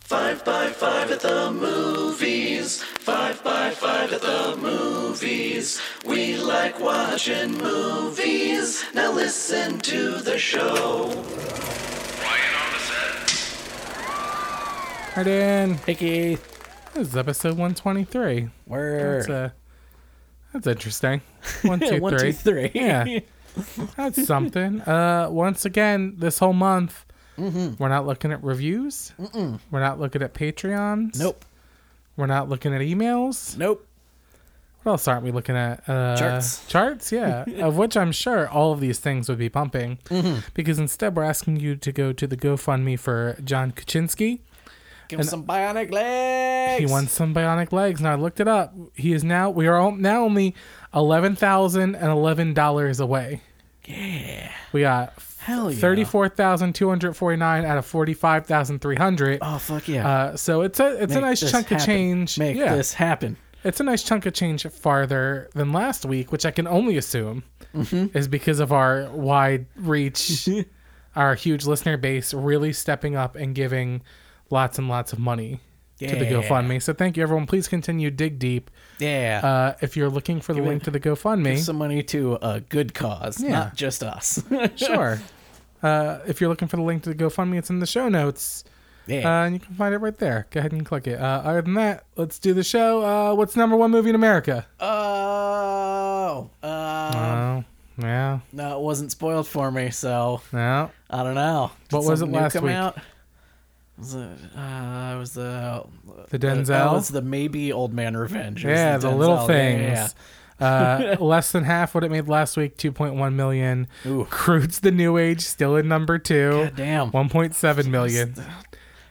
Five by five at the movies. Five by five at the movies. We like watching movies. Now listen to the show. Quiet on the set. Hi, Dan. Hey Keith. This is episode 123. That's, Word. uh, that's interesting. One, two, three. One, two, three. Yeah. That's something. Uh, once again, this whole month, Mm-hmm. we're not looking at reviews. Mm-mm. We're not looking at Patreons. Nope. We're not looking at emails. Nope. What else aren't we looking at? Uh, Charts. Charts, yeah. of which I'm sure all of these things would be pumping. Mm-hmm. Because instead, we're asking you to go to the GoFundMe for John Kaczynski. Give him some bionic legs. He won some bionic legs, and I looked it up. He is now we are all, now only eleven thousand and eleven dollars away. Yeah, we got Hell yeah. thirty-four thousand two hundred forty-nine out of forty-five thousand three hundred. Oh fuck yeah. Uh, so it's a it's a Make nice this chunk of happen. change. Make yeah, this happen. it's a nice chunk of change farther than last week, which I can only assume Mm-hmm. is because of our wide reach, our huge listener base, really stepping up and giving lots and lots of money to the Yeah. GoFundMe. So thank you, everyone. Please continue dig deep. Yeah. Uh, if you're looking for the link to the GoFundMe, some money to a good cause, Yeah. not just us. sure. Uh, if you're looking for the link to the GoFundMe, it's in the show notes, yeah. uh, and you can find it right there. Go ahead and click it. Uh, other than that, let's do the show. Uh, what's number one movie in America? oh. Uh, Oh, yeah, no, it wasn't spoiled for me, so no. I don't know. Did What was it something new last come week? Out? Was it, uh, it was the The That Denzel. was the maybe Old Man Revenge. It was yeah, the, Denzel. little Yeah, yeah, things. yeah. Uh, less than half what it made last week, 2.1 million. Ooh. Crude's The New Age still in number two, God damn. 1.7 million.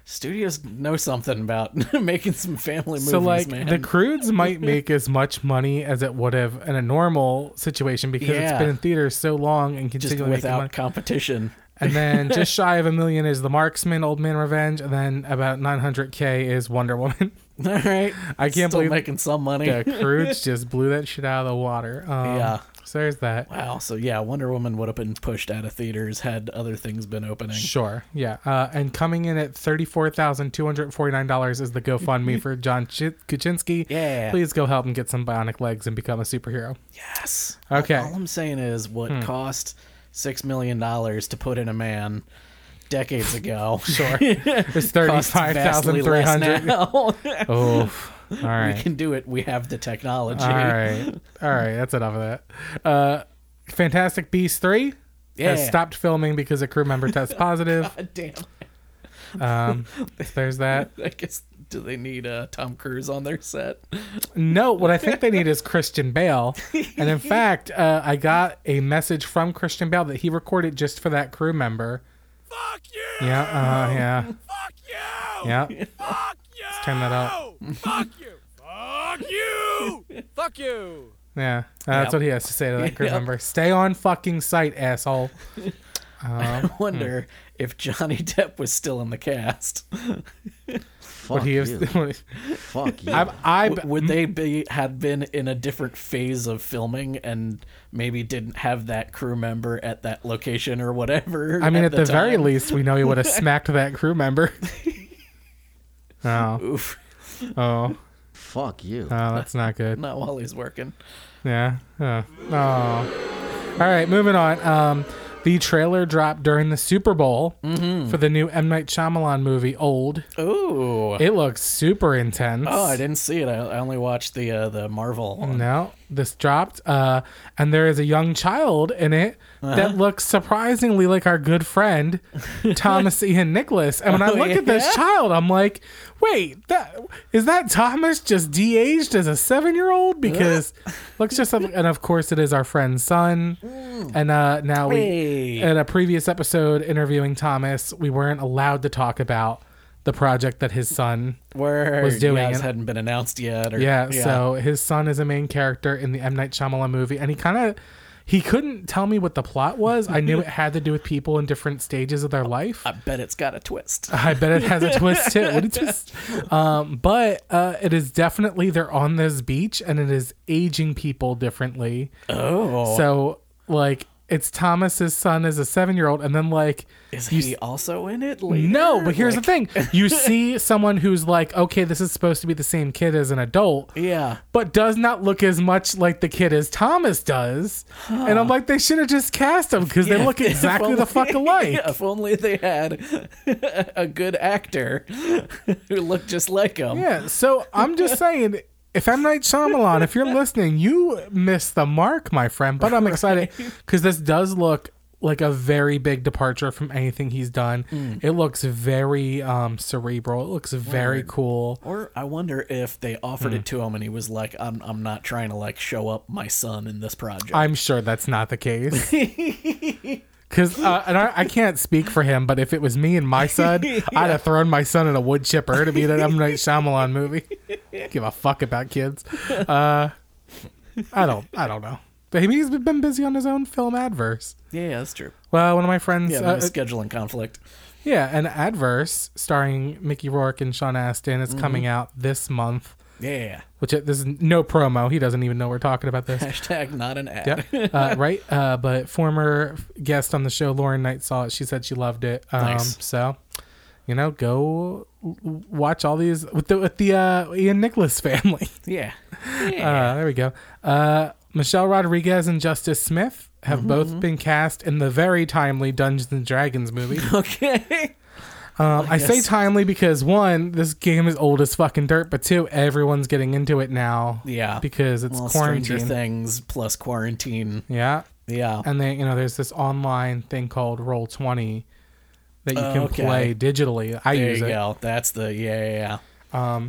Studios know something about making some family movies, So like man. the Crudes might make as much money as it would have in a normal situation because it's Yeah. been in theaters so long and just continually making money. without competition. And then just shy of a million is The Marksman, Old Man Revenge, and then about 900k is Wonder Woman. All right, I can't Still believe- making some money. the Crudes just blew that shit out of the water. Um, Yeah. So there's that. Wow. So yeah, Wonder Woman would have been pushed out of theaters had other things been opening. Sure. Yeah. Uh, and coming in at $34,249 is the GoFundMe for John Ch- Kuczynski. Yeah. Please go help him get some bionic legs and become a superhero. Yes. Okay. Hmm. All I'm saying is, what cost six million dollars to put in a man decades ago? Sure. It's costs vastly less 35300 now. Oof. All We right. can do it. We have the technology. All right. All right. That's enough of that. Uh, Fantastic Beasts 3 has Yeah. stopped filming because a crew member tests positive. God damn. Um, there's that. I guess. Do they need uh, Tom Cruise on their set? No, what I think they need is Christian Bale. And in fact, uh, I got a message from Christian Bale that he recorded just for that crew member. Fuck you! Yeah, uh, yeah, Fuck you! yeah. Fuck you! Let's turn that up. Fuck you! Fuck you! Fuck you! Yeah, Uh, that's Yep. what he has to say to that crew Yep. member. Stay on fucking site, asshole. Um, Wonder if Johnny Depp was still in the cast. would he have? Fuck you. I, I, Hmm. W- would they be had been in a different phase of filming and maybe didn't have that crew member at that location or whatever? I mean, at, the, very time? least, we know he would have smacked that crew member. Oh, Oof. oh, oh, Fuck you. that's not good. not while he's working. Yeah. Uh, oh. All right, moving on. Um, the trailer dropped during the Super Bowl Mm-hmm. for the new M Night Shyamalan movie, Old. Ooh. It looks super intense. Oh, I didn't see it. I, I only watched the uh, the Hmm. Marvel one. No, this dropped, uh, and there is a young child in it Uh-huh. that looks surprisingly like our good friend Thomas Ian Nicholas. And when I Oh, look at this yeah? child, I'm like, wait, that is that Thomas just de-aged as a seven-year-old because looks just, like- and of course it is our friend's son. And uh, now we, Mm. Hey. in a previous episode interviewing Thomas, we weren't allowed to talk about the project that his son Where Was doing yeah, it it. hadn't been announced yet. Or, yeah, so his son is a main character in the M Night Shyamalan movie, and he kind of he couldn't tell me what the plot was. I knew it had to do with people in different stages of their life. I bet it's got a twist. I bet it has a twist too. What a twist! Um, but uh, it is definitely they're on this beach, and it is aging people differently. Oh. So like it's Thomas's son as a seven year old, and then like Is you he s- also in it? Later? no, but here's Like, the thing: you see someone who's like, okay, this is supposed to be the same kid as an adult, Yeah. but does not look as much like the kid as Thomas does, and I'm like, they should have just cast him because they Yeah, look if exactly the only- fuck alike. Yeah, if only they had a good actor who looked just like him. Yeah, so I'm just saying, if M Night Shyamalan, if you're listening, you missed the mark, my friend. But I'm excited because this does look like a very big departure from anything he's done. Mm. It looks very um, cerebral. It looks very cool. Or I wonder if they offered Hmm. it to him and he was like, "I'm I'm not trying to like show up my son in this project." I'm sure that's not the case. Because uh, and I, I can't speak for him, but if it was me and my son, I'd have thrown my son in a wood chipper to be in an M Night Shyamalan movie. Give a fuck about kids. Uh, I don't. I don't know. But he- he's been busy on his own film adverse. yeah, that's true. Well, one of my friends, Yeah, yeah, the scheduling conflict. yeah an adverse starring Mickey Rourke and Sean Astin is coming out this month. Yeah. Which uh, this is no promo. He doesn't even know we're talking about this. Hashtag not an ad. yeah, uh, right. Uh, but former guest on the show, Lauren Knight, saw it. She said she loved it. Um, Nice. So, you know, go w- w- watch all these with the with the uh, Ian Nicholas family. Yeah. Uh, there we go. Uh, Michelle Rodriguez and Justice Smith have Mm-hmm, both been cast in the very timely Dungeons and Dragons movie. Okay. Um, I say guess- timely because one, this game is old as fucking dirt, but two, everyone's getting into it now. Yeah. because it's Well, Stranger quarantine. Things plus quarantine. Yeah, Yeah. and they you know there's this online thing called roll 20 that you can Okay. play digitally i There use you it Um, go. That's the yeah, yeah, yeah.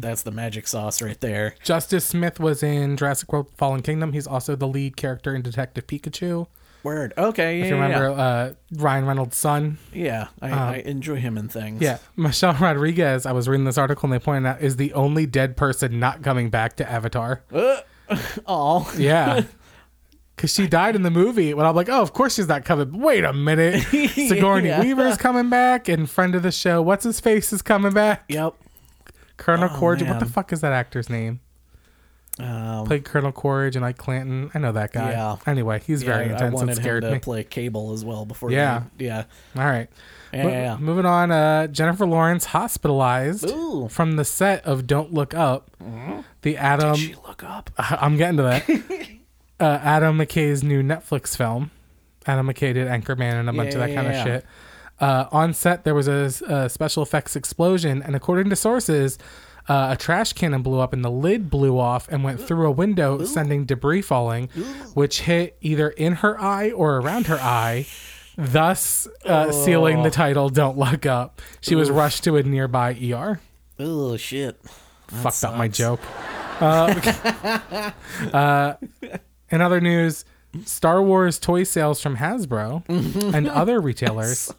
That's the magic sauce right there. justice smith was in jurassic world fallen kingdom he's also the lead character in detective pikachu Word. Okay. Yeah. if you yeah, remember uh, ryan reynolds son Yeah, I, I enjoy him in things. Um, yeah michelle rodriguez i was reading this article and they pointed out is the only dead person not coming back to avatar Oh. yeah Cause she died in the movie, when I'm like, oh, of course she's not coming. Wait a minute, Sigourney Yeah. Weaver is coming back, and friend of the show, what's his face is coming back. Yep. Colonel Oh, Corridge. What the man. fuck is that actor's name? Um, Played Colonel Corridge and Ike Clanton. I know that guy. Yeah. Anyway, he's yeah, very I intense and wanted him scared to me. play Cable as well before. Yeah. he- yeah. All right. Yeah, Mo- yeah, yeah. Moving on. Uh, Jennifer Lawrence hospitalized Ooh. Mm-hmm. from the set of Don't Look Up. The Adam. Did she look up? I'm getting to that. uh, Adam McKay's new Netflix film. Adam McKay did Anchorman and a bunch of that kind yeah, of yeah. shit. Uh, on set, there was a, s- a special effects explosion, and according to sources, uh, a trash cannon blew up and the lid blew off and went through a window, sending debris falling, which hit either in her eye or around her eye, thus uh, sealing the title "Don't Look Up." She was rushed to a nearby ER Oh shit. That fucked up my sucks. joke. Uh, uh, in other news, Star Wars toy sales from Hasbro and other retailers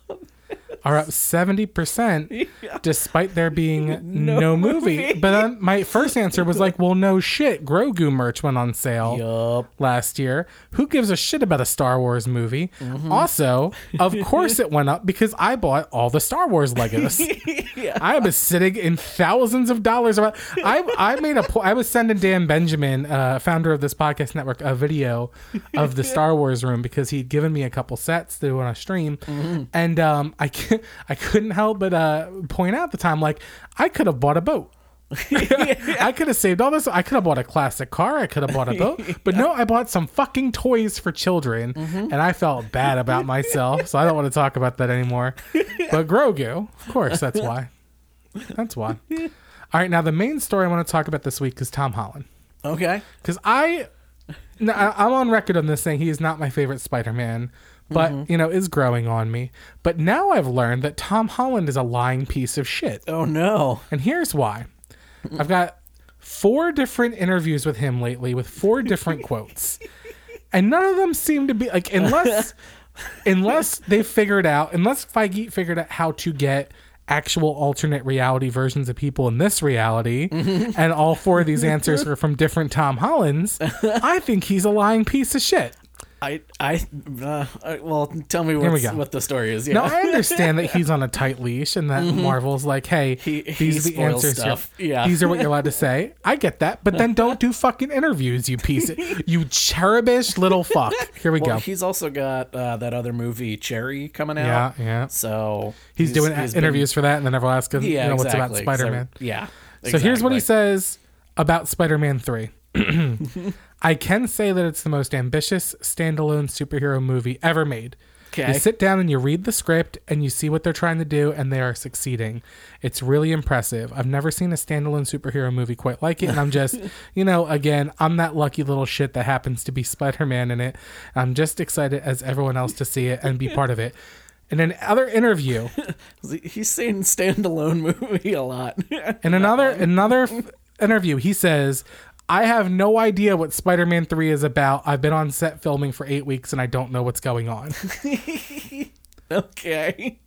are up 70% despite there being no, movie. But then my first answer was like, well, no shit. Grogu merch went on sale Yup. last year. Who gives a shit about a Star Wars movie? Also, of course it went up because I bought all the Star Wars Legos. I was sitting in thousands of dollars. About, I I made a po- I was sending Dan Benjamin, uh, founder of this podcast network, a video of the Star Wars room because he'd given me a couple sets to do on a stream, and um, I c- I couldn't help but uh, point out at the time like I could have bought a boat. I could have saved all this. I could have bought a classic car. I could have bought a boat. But no, I bought some fucking toys for children, and I felt bad about myself. So I don't want to talk about that anymore. But Grogu, of course, that's why. That's why. All right, now the main story I want to talk about this week is Tom Holland Okay. because I, no, I, I'm on record on this saying he is not my favorite Spider-Man, but you know is growing on me. But now I've learned that Tom Holland is a lying piece of shit. Oh no. And here's why. I've got four different interviews with him lately with four different quotes. And none of them seem to be like unless unless they figured out unless Feige figured out how to get actual alternate reality versions of people in this reality and all four of these answers are from different Tom Hollands, I think he's a lying piece of shit. I I uh, I- well, tell me we what's, go. what the story is. Yeah. No, I understand that he's on a tight leash and that Marvel's like, hey, Mm-hmm. He- these he are the spoils answers. you're- stuff. Yeah. These are what you're allowed to say. I get that, but then don't do fucking interviews, you piece of, you cherubish little fuck. Here we well, go. he's also got uh, that other movie Cherry coming Yeah, out. yeah. So He's, doing been- interviews for that and then never ask him yeah, you know, exactly. what's about Spider Man. So, yeah. So here's what he exactly. says about Spider Man 3. I can say that it's the most ambitious standalone superhero movie ever made. Okay. You sit down and you read the script and you see what they're trying to do, and they are succeeding. It's really impressive. I've never seen a standalone superhero movie quite like it, and I'm just, you know, again, I'm that lucky little shit that happens to be Spider Man in it. I'm just excited as everyone else to see it and be part of it. In another interview, He's saying standalone movie a lot. in another another f- interview, he says, "I have no idea what Spider-Man Three is about. I've been on set filming for eight weeks, and I don't know what's going on." okay.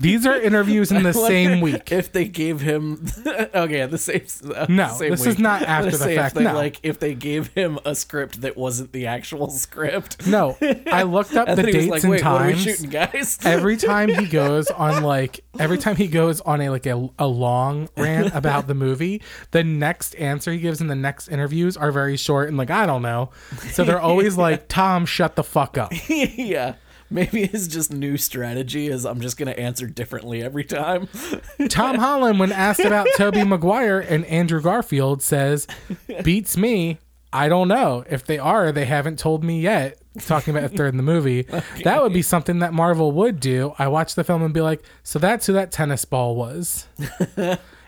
These are interviews in the Wonder same week. If they gave him, okay, the same. uh, No, same this is week. not I was after gonna the say if fact, they, no. Like if they gave him a script that wasn't the actual script. No, I looked up And the then he was dates like, and Wait, What are we times. shooting, guys? every time he goes on like every time he goes on a like a, a long rant about the movie the next answer he gives in the next interviews are very short and like i don't know so they're always like tom shut the fuck up yeah. Maybe his just new strategy is I'm just gonna answer differently every time. tom holland when asked about toby maguire and andrew garfield says beats me i don't know if they are they haven't told me yet talking about if they're in the movie that would be something that marvel would do i watch the film and be like so that's who that tennis ball was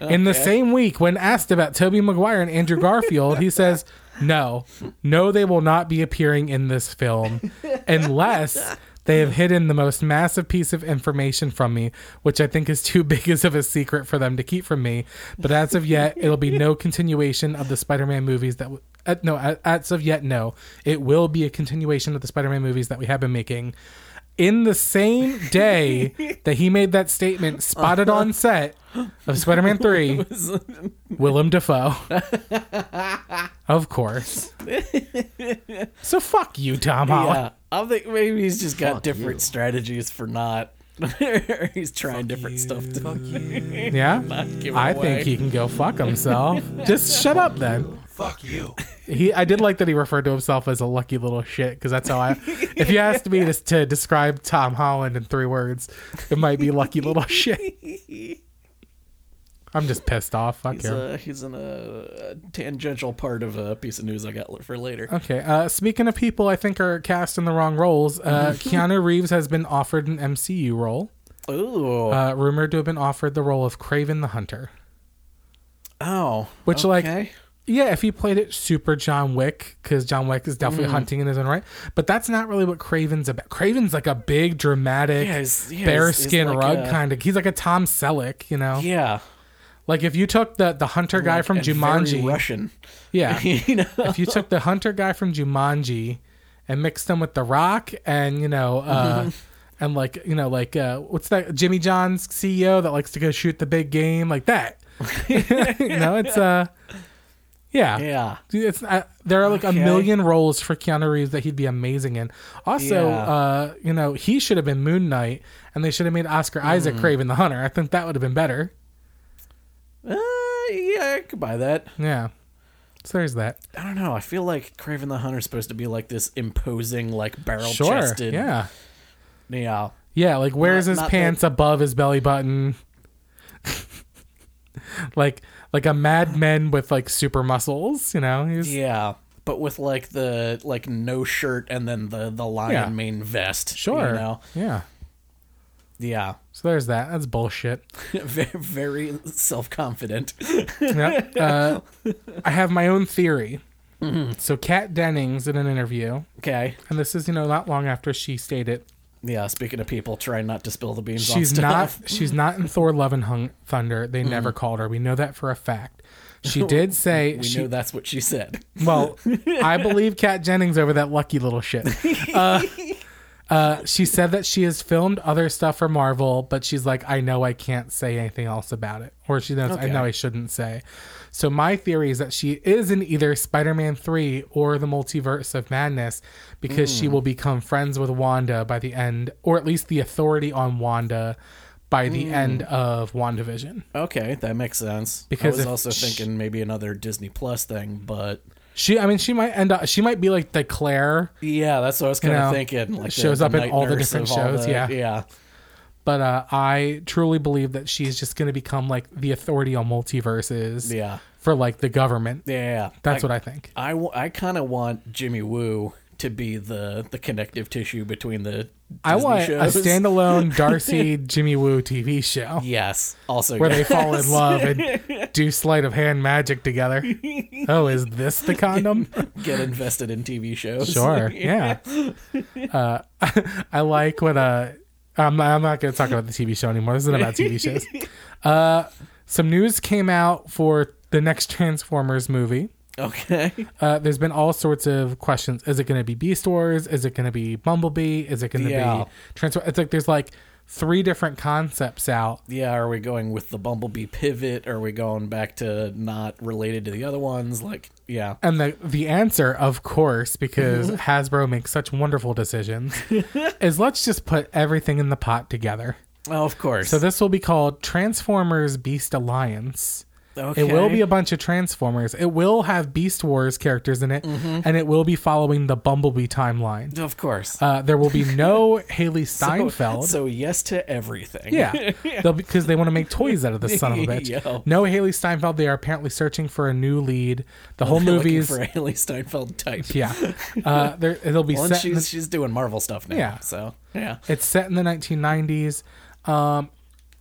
In the same week, when asked about Toby Maguire and Andrew Garfield, he says, No, no, they will not be appearing in this film unless they have hidden the most massive piece of information from me, which I think is too big as of a secret for them to keep from me. But as of yet, it'll be no continuation of the Spider Man movies that. W- uh, no, a- as of yet, no. It will be a continuation of the Spider Man movies that we have been making. In the same day that he made that statement, spotted on set of Spider Man 3, Willem Dafoe. of course. So fuck you, Tom Holland. yeah, I think maybe he's just got Fuck different you. strategies for not. he's trying different stuff to Yeah. not give I away. think he can go fuck himself. Just shut up then. Fuck you. He, I did like that he referred to himself as a lucky little shit because that's how I. If you asked me to, to describe Tom Holland in three words, it might be lucky little shit. I'm just pissed off. Fuck He's, him. uh, he's in a, a tangential part of a piece of news I got for later. Okay. Uh, speaking of people I think are cast in the wrong roles, uh, Mm-hmm. Keanu Reeves has been offered an MCU role, Ooh. uh, rumored to have been offered the role of Craven the Hunter. oh. which, like, okay. Yeah, if he played it super John Wick, because John Wick is definitely Mm. hunting in his own right, but that's not really what Craven's about. Craven's like a big, dramatic, Yeah, he's- yeah, he's- bare he's skin like rug a- kind of. He's like a Tom Selleck, you know. Yeah. Like if you took the the hunter guy from and very Jumanji, Russian. yeah, You know? if you took the hunter guy from Jumanji and mixed him with the Rock and you know uh, and like you know like uh, what's that Jimmy John's CEO that likes to go shoot the big game like that, you know it's uh yeah Yeah. Dude, It's uh, there are like Okay. a million roles for Keanu Reeves that he'd be amazing in. Also, Yeah. uh, you know he should have been Moon Knight, and they should have made Oscar Isaac Hmm. Craven the Hunter. I think that would have been better. Uh, yeah, I could buy that. Yeah. So there's that. I don't know. I feel like Craven the Hunter's supposed to be like this imposing, like barrel Sure. chested. Yeah. Yeah. Yeah, like wears Not- his not pants above his belly button. like like a madman with like super muscles, you know? He's Yeah. But with like the like no shirt and then the the lion Yeah. mane vest. sure. You know? Yeah. Yeah. So there's that. That's bullshit. very, very self confident. Yep. Uh, I have my own theory. Mm-hmm. So Kat Dennings in an interview, Okay. and this is, you know, not long after she stated Yeah. Speaking of people, try not to spill the beans. she's on stuff. Mm-hmm. not she's not in Thor Love and Hung- Thunder. They never called her. We know that for a fact. She did say We she know that's what she said. Well, I believe Kat Jennings over that lucky little shit. Uh, Uh, she said that she has filmed other stuff for Marvel, but she's like, I know I can't say anything else about it. Or she knows, I know I shouldn't say. So my theory is that she is in either Spider Man 3 or the multiverse of madness because she will become friends with Wanda by the end, or at least the authority on Wanda by the end of WandaVision. Okay, that makes sense. Because I was if also sh- thinking maybe another Disney Plus thing, but She, I mean, she might end up, she might be like the Claire yeah, that's what I was kind You of know, thinking. Like the- shows the up in night all the nurse different of all shows, the- yeah. yeah. but uh, I truly believe that she is just going to become like the authority on multiverses Yeah. for like the government. Yeah, That's what I think. I, w- I kind of want Jimmy Woo to be the the connective tissue between the Disney I want shows. a standalone Darcy Jimmy Woo TV show Yes, also where they yes. fall in love and do sleight of hand magic together. Oh, is this the condom? get invested in TV shows. Sure. Yeah. Uh, I like what uh, I'm, I'm not going to talk about the TV show anymore. This isn't about TV shows. Uh, some news came out for the next Transformers movie. Okay. Uh, there's been all sorts of questions. Is it going to be Beast Wars? Is it going to be Bumblebee? Is it going to Yeah. be Transform? It's like there's like three different concepts out. Yeah, are we going with the Bumblebee pivot? Are we going back to not related to the other ones? Like, yeah. And the the answer, of course, because Hasbro makes such wonderful decisions, is let's just put everything in the pot together. Oh, of course. So this will be called Transformers Beast Alliance. okay. It will be a bunch of Transformers. It will have Beast Wars characters in it, Mm-hmm. and it will be following the Bumblebee timeline. of course. Uh, there will be no Haley So- Steinfeld. So, yes to everything. Yeah, They'll- because they want to make toys out of this son of a bitch. Yo. No Haley Steinfeld. They are apparently searching for a new lead. The whole Looking movie is for a Haley Steinfeld type. yeah. Uh, there, it'll be Well, and set. In she's the, she's doing Marvel stuff now. Yeah. So yeah. it's set in the 1990s. Um,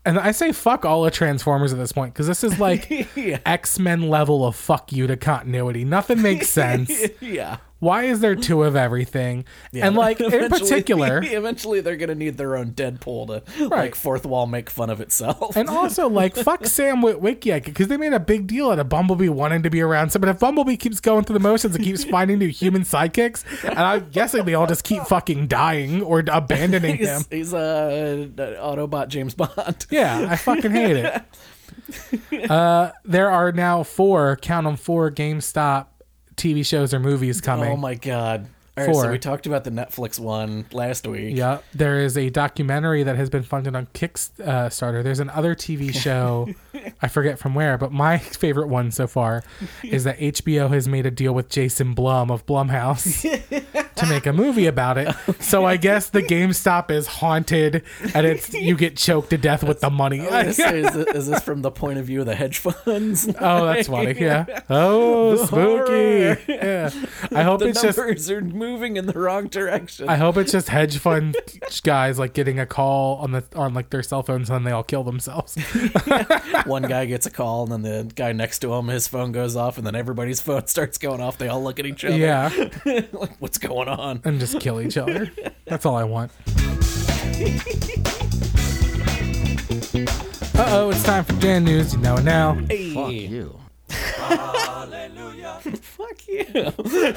and I say fuck all of Transformers at this point because this is like X Men level of fuck you to continuity. Nothing makes sense. Yeah. Why is there two of everything? and like in Eventually- particular, eventually they're gonna need their own Deadpool to like Right. fourth wall make fun of itself. And also, like, fuck Sam Witwicky because they made a big deal out of Bumblebee wanting to be around. So, but if Bumblebee keeps going through the motions and keeps finding new human sidekicks, and I'm guessing they all just keep fucking dying or abandoning him. he's, he's a Autobot James Bond. Yeah, I fucking hate it. Uh, there are now four, count them four, GameStop TV shows or movies coming. Oh my god. All right, so Four. we talked about the Netflix one last week. Yeah, there is a documentary that has been funded on Kickstarter. There's another TV show, I forget from where, but my favorite one so far is that HBO has made a deal with Jason Blum of Blumhouse to make a movie about it. So I guess the GameStop is haunted, and it's you get choked to deth with the money. This is, is this from the point of view of the hedge funds? Oh, that's funny. Yeah. Oh, horror. spooky. Yeah. I hope the it's just numbers are moving in the wrong direction. I hope it's just hedge fund guys like getting a call on the on like their cell phones and they all kill themselves. One guy gets a call, and then the guy next to him, his phone goes off, and then everybody's phone starts going off. They all look at each other. Yeah, like, what's going on? and just kill each other. That's all I want. Uh oh, it's time for Jan News. You know it now. Fuck you. Fuck you.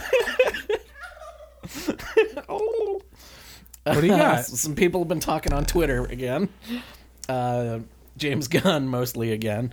Oh. What do you Uh, got? some people have been talking on Twitter again. Uh, James Gunn mostly again.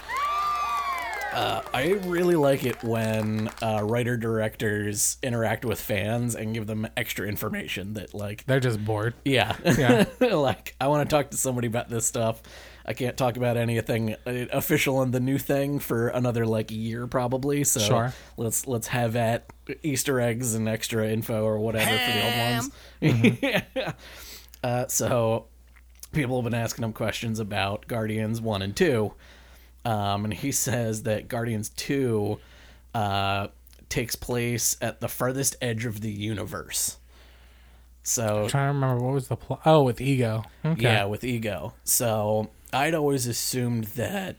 Uh, I really like it when uh, writer directors interact with fans and give them extra information that, like, They're just bored. yeah, Yeah. like I want to talk to somebody about this stuff. I can't talk about anything uh, official in the new thing for another like year probably. So Sure. let's let's have at Easter eggs and extra info or whatever for the old ones. Yeah. uh, so people have been asking him questions about Guardians one and two, um, and he says that Guardians two uh, takes place at the farthest edge of the universe. So trying to remember what was the plot. Oh, with ego. Okay. yeah, with ego. So I'd always assumed that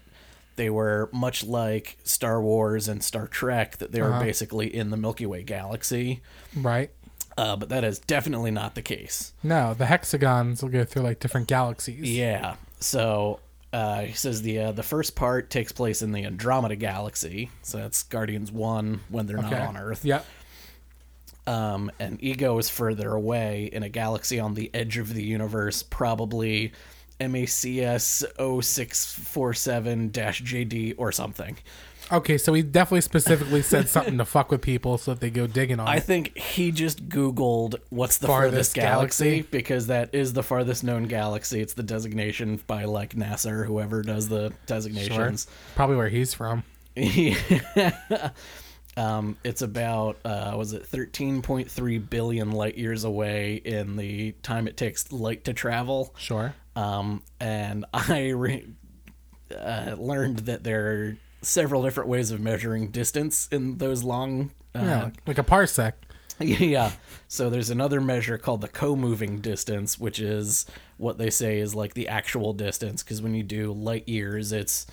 they were much like Star Wars and Star Trek, that they were Uh-huh. basically in the Milky Way galaxy. Right. Uh, but that is definitely not the case. No, the hexagons will go through like different galaxies. Yeah. So uh, he says the uh, the first part takes place in the Andromeda galaxy. So that's Guardians One when they're Okay. not on Earth. Yep. Um, and Ego is further away in a galaxy on the edge of the universe, probably MACS 0647 JD or something. Okay, so he definitely specifically said something to fuck with people so that they go digging on I it. think he just Googled what's the farthest, Farthest galaxy, galaxy? because that is the farthest known galaxy. It's the designation by like NASA or whoever does the Sure. designations. Probably where he's from. um, it's about uh, was it 13.3 billion light years away in the time it takes light to travel. Sure. Um, and I re- uh, learned that there are several different ways of measuring distance in those long. Yeah, Uh, like, a parsec. yeah. So there's another measure called the co-moving distance, which is what they say is like the actual distance. Because when you do light years, it's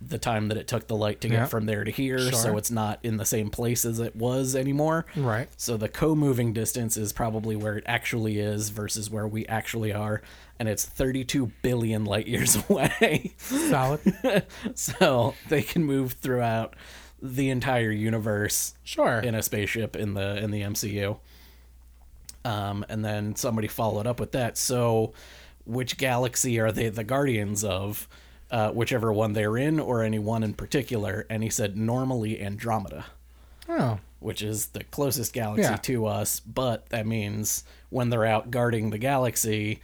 the time that it took the light to Yeah. get from there to here. So Sure. it's not in the same place as it was anymore. Right. So the co-moving distance is probably where it actually is versus where we actually are, and it's 32 billion light years away. Solid. so they can move throughout the entire universe Sure. in a spaceship in the in the MCU. Um, and then somebody followed up with that. So, which galaxy are they the guardians of? Uh, whichever one they're in, or any one in particular. And he said normally Andromeda, Oh. which is the closest galaxy Yeah. to us. But that means when they're out guarding the galaxy,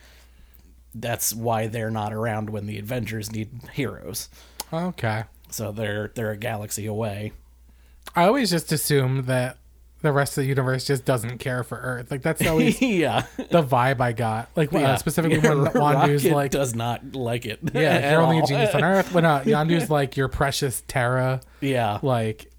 that's why they're not around when the Avengers need heroes. Oh, Okay. So they're they're a galaxy away. I always just assume that the rest of the universe just doesn't care for Earth. Like that's always yeah. the vibe I got. Like uh, Yeah. specifically Yeah, when Wandu's Rocket like, does not like it. "Yeah, at you're only a all. genius on Earth." When uh, Yandu's like, "Your precious Terra," Yeah, like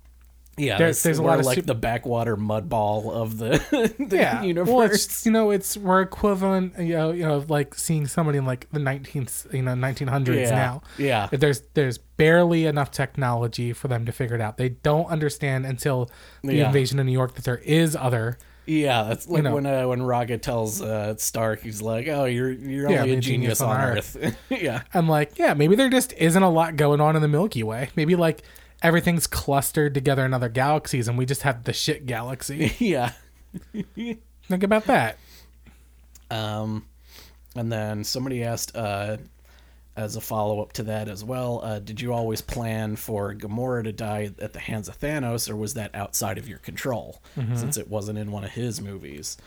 yeah. there's- There's, there's a we're lot of like sup- the backwater mud ball of the, the yeah, universe. Well, it's you know, it's we're equivalent, you know, you know, of, like seeing somebody in like the 19th, you know, 1900s Yeah, now. yeah. there's there's barely enough technology for them to figure it out. They don't understand until the Yeah. invasion of New York that there is other. yeah, that's like know. when uh, when Rocket tells uh, Stark, he's like, "Oh, you're you're Yeah, only I'm a genius, on Earth." yeah, I'm like, yeah, maybe there just isn't a lot going on in the Milky Way. Maybe like everything's clustered together in other galaxies, and we just have the shit galaxy. yeah. Think about that. Um, and then somebody asked uh, as a follow up to that as well, uh, did you always plan for Gamora to die at the hands of Thanos, or was that outside of your control Mm-hmm. since it wasn't in one of his movies?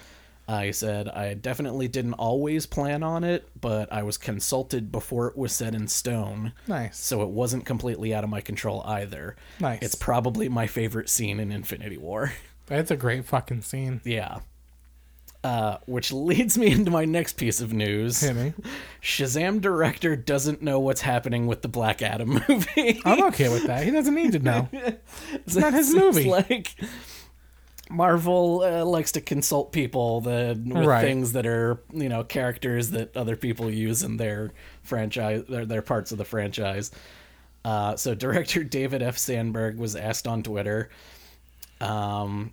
I said, I definitely didn't always plan on it, but I was consulted before it was set in stone. Nice. So it wasn't completely out of my control either. Nice. It's probably my favorite scene in Infinity War. That's a great fucking scene. yeah. Uh, which leads me into my next piece of news. Hit me. Shazam director doesn't know what's happening with the Black Adam movie. I'm okay with that. He doesn't need to know. it's Oh, not his movie. Like Marvel uh, likes to consult people the, with Right. things that are you know characters that other people use in their franchise, their, their parts of the franchise. Uh, so director David F. Sandberg was asked on Twitter. Um,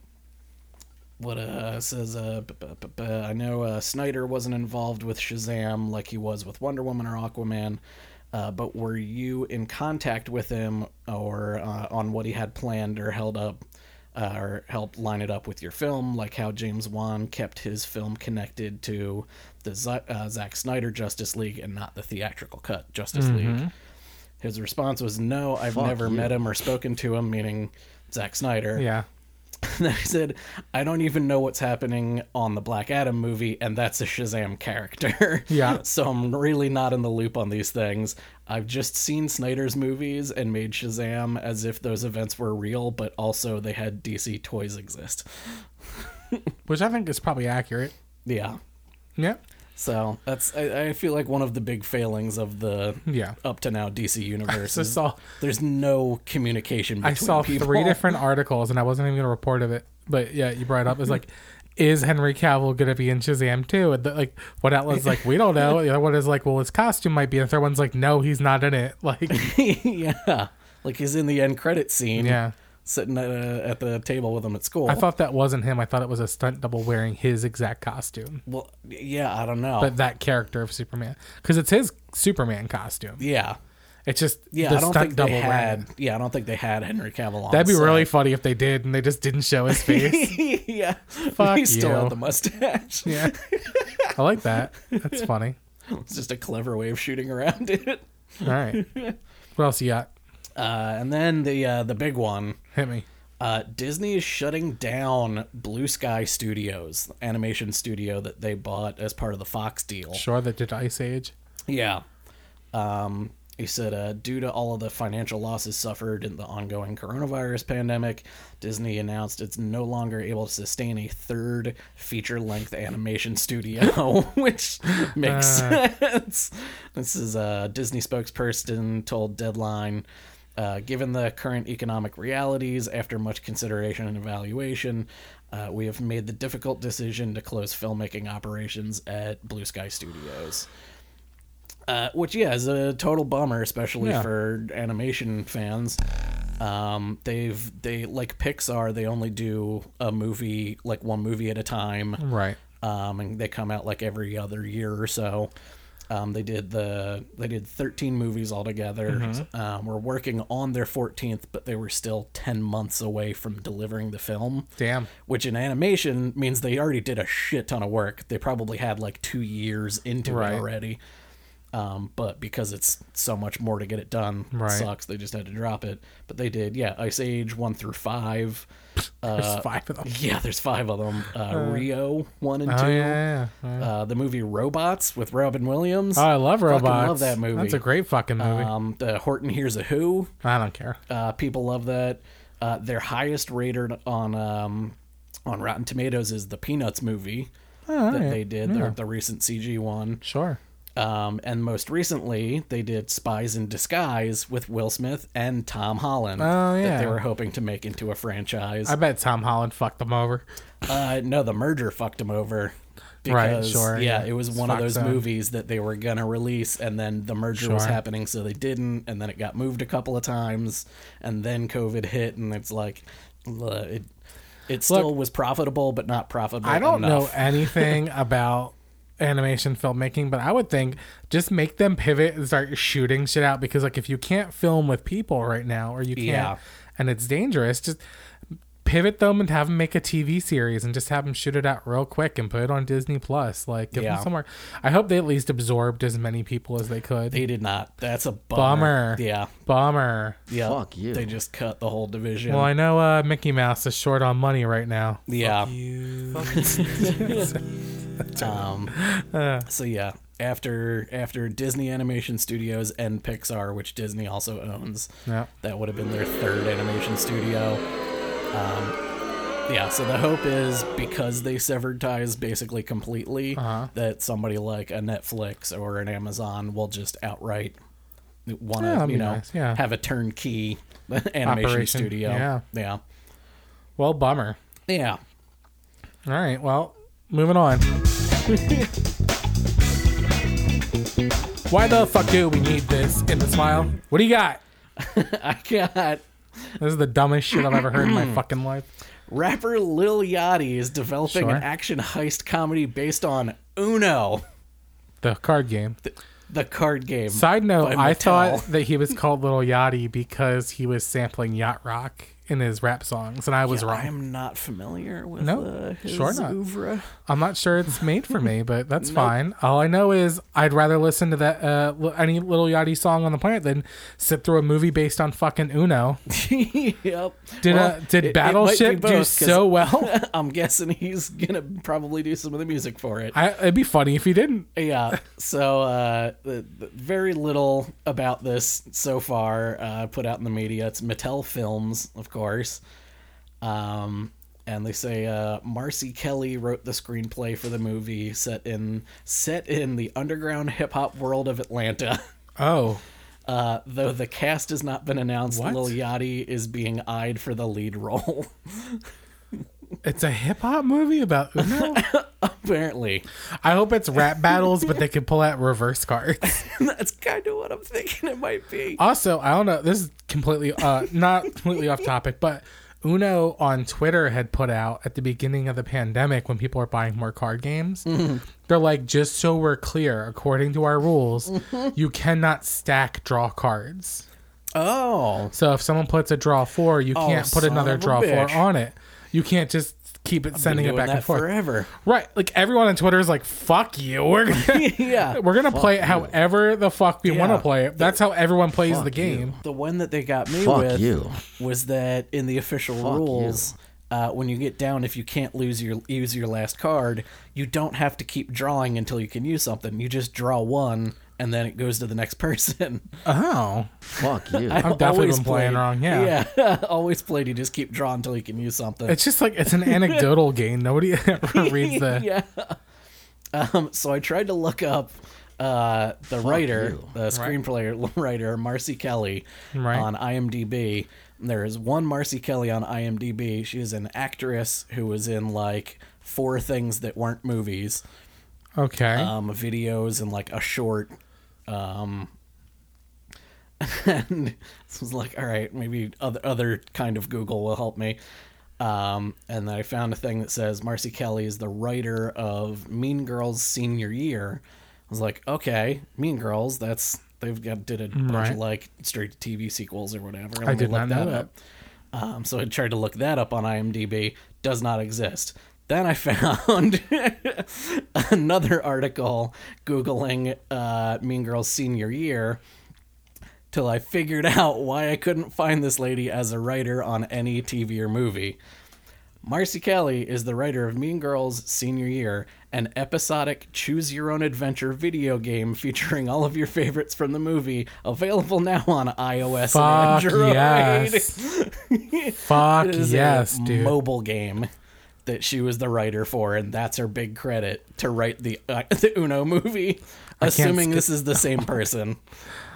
what uh says uh b- b- b- b- I know uh, Snyder wasn't involved with Shazam like he was with Wonder Woman or Aquaman, uh, but were you in contact with him or uh, on what he had planned or held up uh, or helped line it up with your film, like how James Wan kept his film connected to the Z- uh, Zack Snyder Justice League and not the theatrical cut Justice League? His response was no, I've Mm-hmm. Fuck never you. met him or spoken to him, meaning Zack Snyder. Yeah. And I said, I don't even know what's happening on the Black Adam movie, and that's a Shazam character. Yeah. so I'm really not in the loop on these things. I've just seen Snyder's movies and made Shazam as if those events were real, but also they had DC toys exist. Which I think is probably accurate. Yeah. Yeah. So that's I, I feel like one of the big failings of the Yeah. up to now DC universe. I is saw- there's no communication between I saw people. three different articles and I wasn't even going to report of it. But yeah, you brought it up. It's like, is Henry Cavill going to be in Shazam too? And the, like, one outlet's like, we don't know. The other one is like, well, his costume might be. And the third one's like, no, he's not in it. Like, yeah. Like he's in the end credit scene. yeah. sitting at, a, at the table with him at school. I thought that wasn't him. I thought it was a stunt double wearing his exact costume, well, yeah, I don't know. but that character of Superman, because it's his Superman costume. yeah, It's just Yeah, the I don't stunt think they ran had. it. Yeah, I don't think they had Henry Cavill. On That'd be set. really funny if they did and they just didn't show his face. yeah, Fuck he still you. had the mustache. yeah, I like that. That's funny. It's just a clever way of shooting around it. All right, what else you got? Uh, and then the uh, the big one. Hit me. Uh, Disney is shutting down Blue Sky Studios, the animation studio that they bought as part of the Fox deal. Sure, that did Ice Age. Yeah. Um, he said, uh, due to all of the financial losses suffered in the ongoing coronavirus pandemic, Disney announced it's no longer able to sustain a third feature length animation studio, which makes sense. This is a Disney spokesperson told Deadline. Uh, given the current economic realities, after much consideration and evaluation, uh, we have made the difficult decision to close filmmaking operations at Blue Sky Studios. Uh, which yeah is a total bummer, especially Yeah. for animation fans. Um, they've they like Pixar, they only do a movie like one movie at a time, Right. um, and they come out like every other year or so. Um, they did the they did 13 movies altogether. Um, we're working on their 14th, but they were still 10 months away from delivering the film. Damn. Which in animation means they already did a shit ton of work. They probably had like two years into Right. it already. Um, but because it's so much more to get it done, Right. sucks. They just had to drop it. But they did, yeah. Ice Age one through five. There's Uh, five of them. yeah, there's five of them. Uh, Rio one and two. Oh yeah. yeah, yeah. Uh, the movie Robots with Robin Williams. Oh, I love robots. Fucking love that movie. That's a great fucking movie. Um, the Horton Hears a Who. I don't care. Uh, people love that. Uh, their highest rated on um, on Rotten Tomatoes is the Peanuts movie that alright. they did, the, the recent CG one. Sure. Um, and most recently, they did Spies in Disguise with Will Smith and Tom Holland. Oh, That they yeah. were hoping to make into a franchise. I bet Tom Holland fucked them over. Uh, no, the merger fucked him over. Right, Because, sure, Yeah, yeah. it was It's one of Fox those owned. movies that they were gonna release, and then the merger was Sure. happening, so they didn't, and then it got moved a couple of times, and then COVID hit, and it's like, uh, it, it still was profitable, but not profitable. I don't know enough. anything about animation filmmaking, but I would think just make them pivot and start shooting shit out because like if you can't film with people right now or you can't Yeah. and it's dangerous, just pivot them and have them make a TV series and just have them shoot it out real quick and put it on Disney Plus. Like give Yeah. them somewhere. I hope they at least absorbed as many people as they could. They did not. That's a bummer. Bummer. Yeah, Bummer. yeah. Fuck you. They just cut the whole division. Well, I know uh, Mickey Mouse is short on money right now. Yeah. um, so yeah, after after Disney Animation Studios and Pixar, which Disney also owns, Yeah. that would have been their third animation studio. Um, yeah, so the hope is because they severed ties basically completely, Uh-huh. that somebody like a Netflix or an Amazon will just outright want Yeah, to, that'd you be know, nice, yeah. have a turnkey animation Operation, studio. yeah. yeah, Well, bummer. yeah. All right. Well, moving on. Why the fuck do we need this in the smile? What do you got? I got This is the dumbest shit I've ever heard in my fucking life. Rapper Lil Yachty is developing Sure. an action heist comedy based on Uno, The card game. the card game. Side note, by I Mattel. thought that he was called Little Yachty because he was sampling Yacht Rock in his rap songs, and I was wrong. I'm, I'm not familiar with No, uh, his sure not. oeuvre. not sure it's made for me, but that's fine. All I know is I'd rather listen to that uh, li- any Little Yachty song on the planet than sit through a movie based on fucking Uno. yep. Did uh, Well, did it- it Battleship might be both, do 'cause so well? I'm guessing he's gonna probably do some of the music for it. I, it'd be funny if he didn't. yeah. So uh, the, the- very little about this so far uh, put out in the media. It's Mattel Films, of course, um, and they say uh, Marcy Kelly wrote the screenplay for the movie set in set in the underground hip hop world of Atlanta. Oh, Uh, though the cast has not been announced, What? Lil Yachty is being eyed for the lead role. it's a hip hop movie about Uno. Apparently, I hope it's rap battles, but they could pull out reverse cards. that's kind of what I'm thinking it might be. Also, I don't know. This is completely uh, not completely off topic, but Uno on Twitter had put out at the beginning of the pandemic when people are buying more card games. Mm-hmm. They're like, just so we're clear, according to our rules, you cannot stack draw cards. Oh, So if someone puts a draw four, you Oh, can't put son another of a draw four bitch. on it. You can't just keep it sending it doing back that and forth. forever. Right. Like everyone on Twitter is like, fuck you. We're gonna, yeah, we're gonna play it however the fuck we wanna Yeah. play it. That's how everyone plays Fuck the game. the one that they got me Fuck with you. was that in the official you. rules, uh, when you get down, if you can't lose your use your last card, you don't have to keep drawing until you can use something. You just draw one, and then it goes to the next person. Oh. Fuck you. I've definitely Always been playing played- wrong, yeah. yeah. Always played. You just keep drawing until you can use something. It's just like it's an anecdotal game. Nobody ever reads the yeah. Um, so I tried to look up uh, the writer, you. the screenplay writer, Marcy Kelly, Right. on IMDb. There is one Marcy Kelly on IMDb. She is an actress who was in like four things that weren't movies, Okay. um, videos, and like a short. Um, and this was like, all right, maybe other other kind of Google will help me. Um, and then I found a thing that says Marcy Kelly is the writer of Mean Girls senior year. I was like, okay, Mean Girls, that's they've got did a bunch Right. of like straight to TV sequels or whatever. I did not know that. Um, so I tried to look that up on IMDb. Does not exist. Then I found another article googling uh, Mean Girls senior year till I figured out why I couldn't find this lady as a writer on any TV or movie. Marcy Kelly is the writer of Mean Girls Senior Year, an episodic choose your own adventure video game featuring all of your favorites from the movie, available now on iOS Fuck and Android. yes. Fuck It is yes, a dude. mobile game that she was the writer for, and that's her big credit to write the uh, the Uno movie. Assuming skip- this is the same person.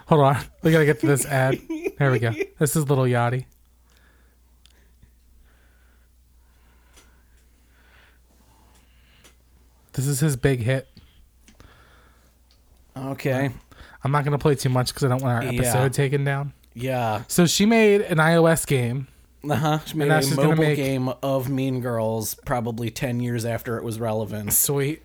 Hold on. We gotta get to this ad. There we go. This is Little Yachty. This is his big hit. Okay. I'm not gonna play too much because I don't want our Yeah. episode taken down. Yeah. So she made an iOS game. Uh huh. She made now a she's gonna mobile make- game of Mean Girls probably 10 years after it was relevant. Sweet.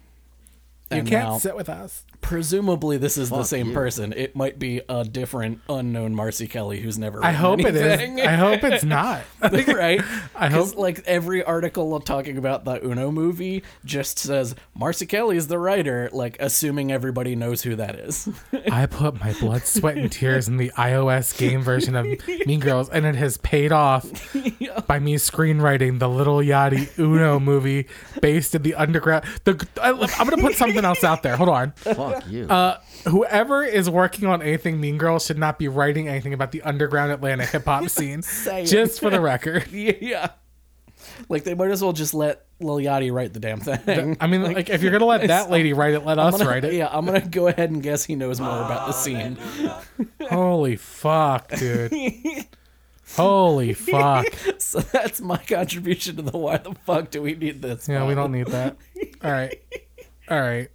You And can't now- sit with us. Presumably, this is the Fuck same you. person. It might be a different, unknown Marcy Kelly who's never. I hope it anything. is. I hope it's not. right? I 'Cause, hope- like every article talking about the Uno movie just says Marcy Kelly is the writer, like assuming everybody knows who that is. I put my blood, sweat, and tears in the iOS game version of Mean Girls, and it has paid off by me screenwriting the Little Yachty Uno movie based in the underground. The I, I'm gonna put something else out there. Hold on. Fuck you. Uh, whoever is working on anything Mean Girls should not be writing anything about the underground Atlanta hip hop scene. Say it. Just for the record. yeah, like they might as well just let Lil Yachty write the damn thing. I mean, like, if you're gonna let that lady write it, let us I'm gonna- write it. Yeah, I'm gonna go ahead and guess he knows more about the scene. Holy fuck, dude. Holy fuck. So that's my contribution to the why the fuck do we need this? Yeah, we one. don't need that. All right. All right.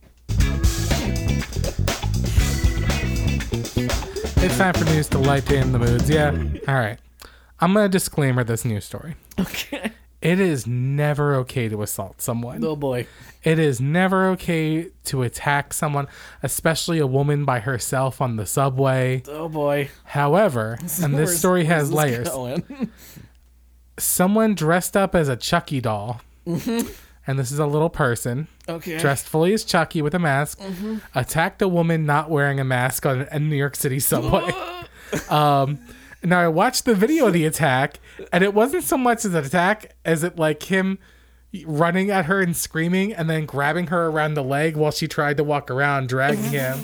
It's time for news to lighten the moods. Yeah. All right. I'm going to disclaimer this news story. Okay. It is never okay to assault someone. Oh boy. It is never okay to attack someone, especially a woman by herself on the subway. Oh boy. However, and Where's- this story has where's this layers going? someone dressed up as a Chucky doll. And this is a little person Okay. dressed fully as Chucky with a mask attacked a woman not wearing a mask on a New York City subway. um, now I watched the video of the attack, and it wasn't so much as an attack as it like him running at her and screaming and then grabbing her around the leg while she tried to walk around dragging him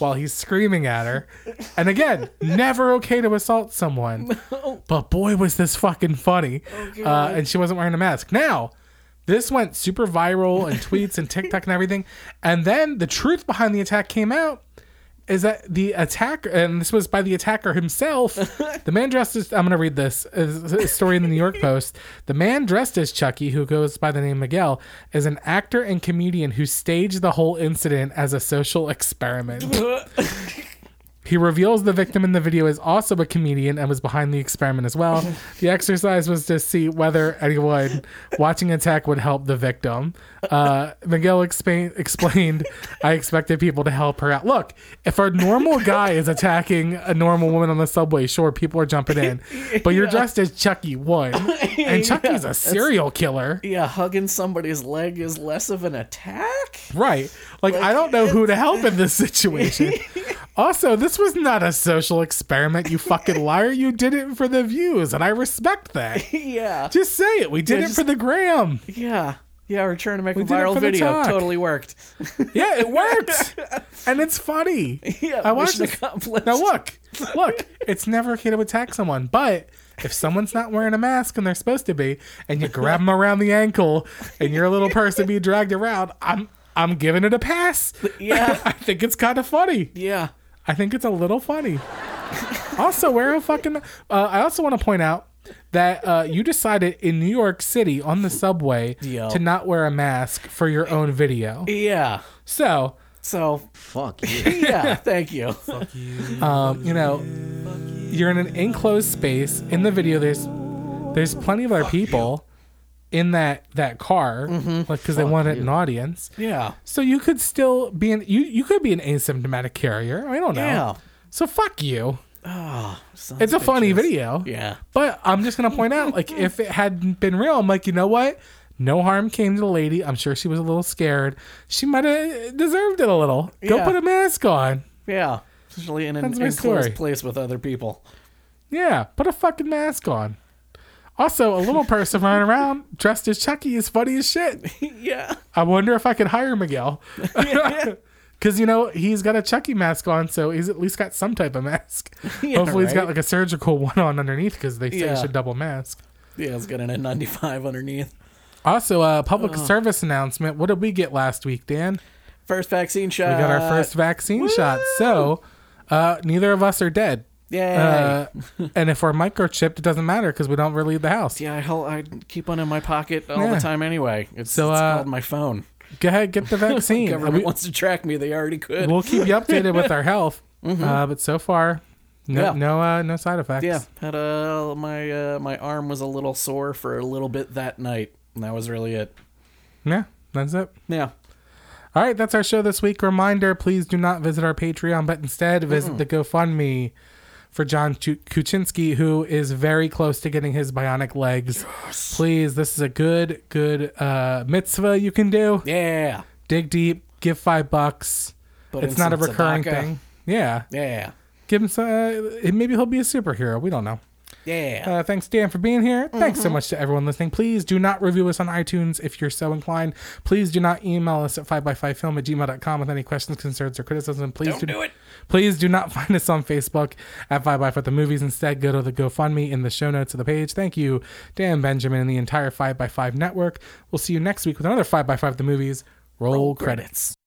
while he's screaming at her and again never okay to assault someone but boy was this fucking funny uh, and she wasn't wearing a mask now this went super viral and tweets and tiktok and everything and then the truth behind the attack came out is that the attacker, and this was by the attacker himself. the man dressed as, I'm going to read this is a story in the New York Post. The man dressed as Chucky, who goes by the name Miguel, is an actor and comedian who staged the whole incident as a social experiment. He reveals the victim in the video is also a comedian and was behind the experiment as well. the exercise was to see whether anyone watching attack would help the victim. Uh, Miguel explain, explained, I expected people to help her out. Look, if a normal guy is attacking a normal woman on the subway, sure, people are jumping in. But you're dressed as Chucky 1, and Chucky's a serial killer. Yeah, hugging somebody's leg is less of an attack. Right. Like, I don't know who to help in this situation. also, this was not a social experiment, you fucking liar. You did it for the views, and I respect that. Yeah, Just say it. We did Yeah, it just- for the gram. yeah, yeah. We're trying to make a did it for viral the video. talk. Totally worked. Yeah, it worked. and it's funny. yeah, I watched mission this- accomplished. Now look, look, it's never okay to attack someone, but if someone's not wearing a mask and they're supposed to be, and you grab them around the ankle, and you're a little person being dragged around, I'm I'm giving it a pass. Yeah. I think it's kind of funny. Yeah. I think it's a little funny. also, wear a fucking. Uh, I also want to point out that uh, you decided in New York City on the subway Yo. to not wear a mask for your own video. Yeah. So, So Fuck you. yeah, thank you. um, you know, you're in an enclosed space. In the video, there's there's plenty of other people in that that car, like because they wanted an audience. Yeah. So you could still be an you you could be an asymptomatic carrier. I don't know. Yeah. So fuck you. Oh, son It's a of funny bitches. video. Yeah. But I'm just gonna point out, like, if it hadn't been real, I'm like, you know what? No harm came to the lady. I'm sure she was a little scared. She might have deserved it a little. Go Yeah. put a mask on. Yeah. Especially in an That's my enclosed story. place with other people. Yeah, put a fucking mask on. Also, a little person running around dressed as Chucky is funny as shit. yeah. I wonder if I could hire Miguel. Because, you know, he's got a Chucky mask on, so he's at least got some type of mask. Yeah, Hopefully, he's got right. like a surgical one on underneath because they say Yeah. you should double mask. Yeah, it's got an N95 underneath. Also, a public service announcement. What did we get last week, Dan? First vaccine shot. We got our first vaccine shot. So, uh, neither of us are dead. Yay. Uh, and if we're microchipped, it doesn't matter because we don't really leave the house. yeah, I, hel- I keep one in my pocket all Yeah. the time anyway. It's, So, it's uh, called my phone. Go ahead, get the vaccine. Uh, Government We- wants to track me. They already could. we'll keep you updated with our health. Uh, but so far, no, Mm-hmm. Yeah. no, uh, no side effects. yeah, had uh, my uh, my arm was a little sore for a little bit that night, and that was really it. yeah, that's it. Yeah, All right, that's our show this week. Reminder: Please do not visit our Patreon, but instead visit the GoFundMe for John Chu- Kuczynski, who is very close to getting his bionic legs. Please, this is a good, good uh, mitzvah you can do. yeah, Dig deep, give five bucks. Put it's in not a some recurring tzedakah. thing. Yeah, yeah, give him some. Uh, maybe he'll be a superhero. We don't know. yeah. Uh, thanks, Dan, for being here. Thanks so much to everyone listening. Please do not review us on iTunes if you're so inclined. Please do not email us at 5x5film at gmail.com with any questions, concerns, or criticism. Please Don't do it. Please do not find us on Facebook at 5x5 at the movies. Instead, go to the GoFundMe in the show notes of the page. Thank you, Dan Benjamin, and the entire 5x5 network. We'll see you next week with another 5x5 at the movies. Roll, credits.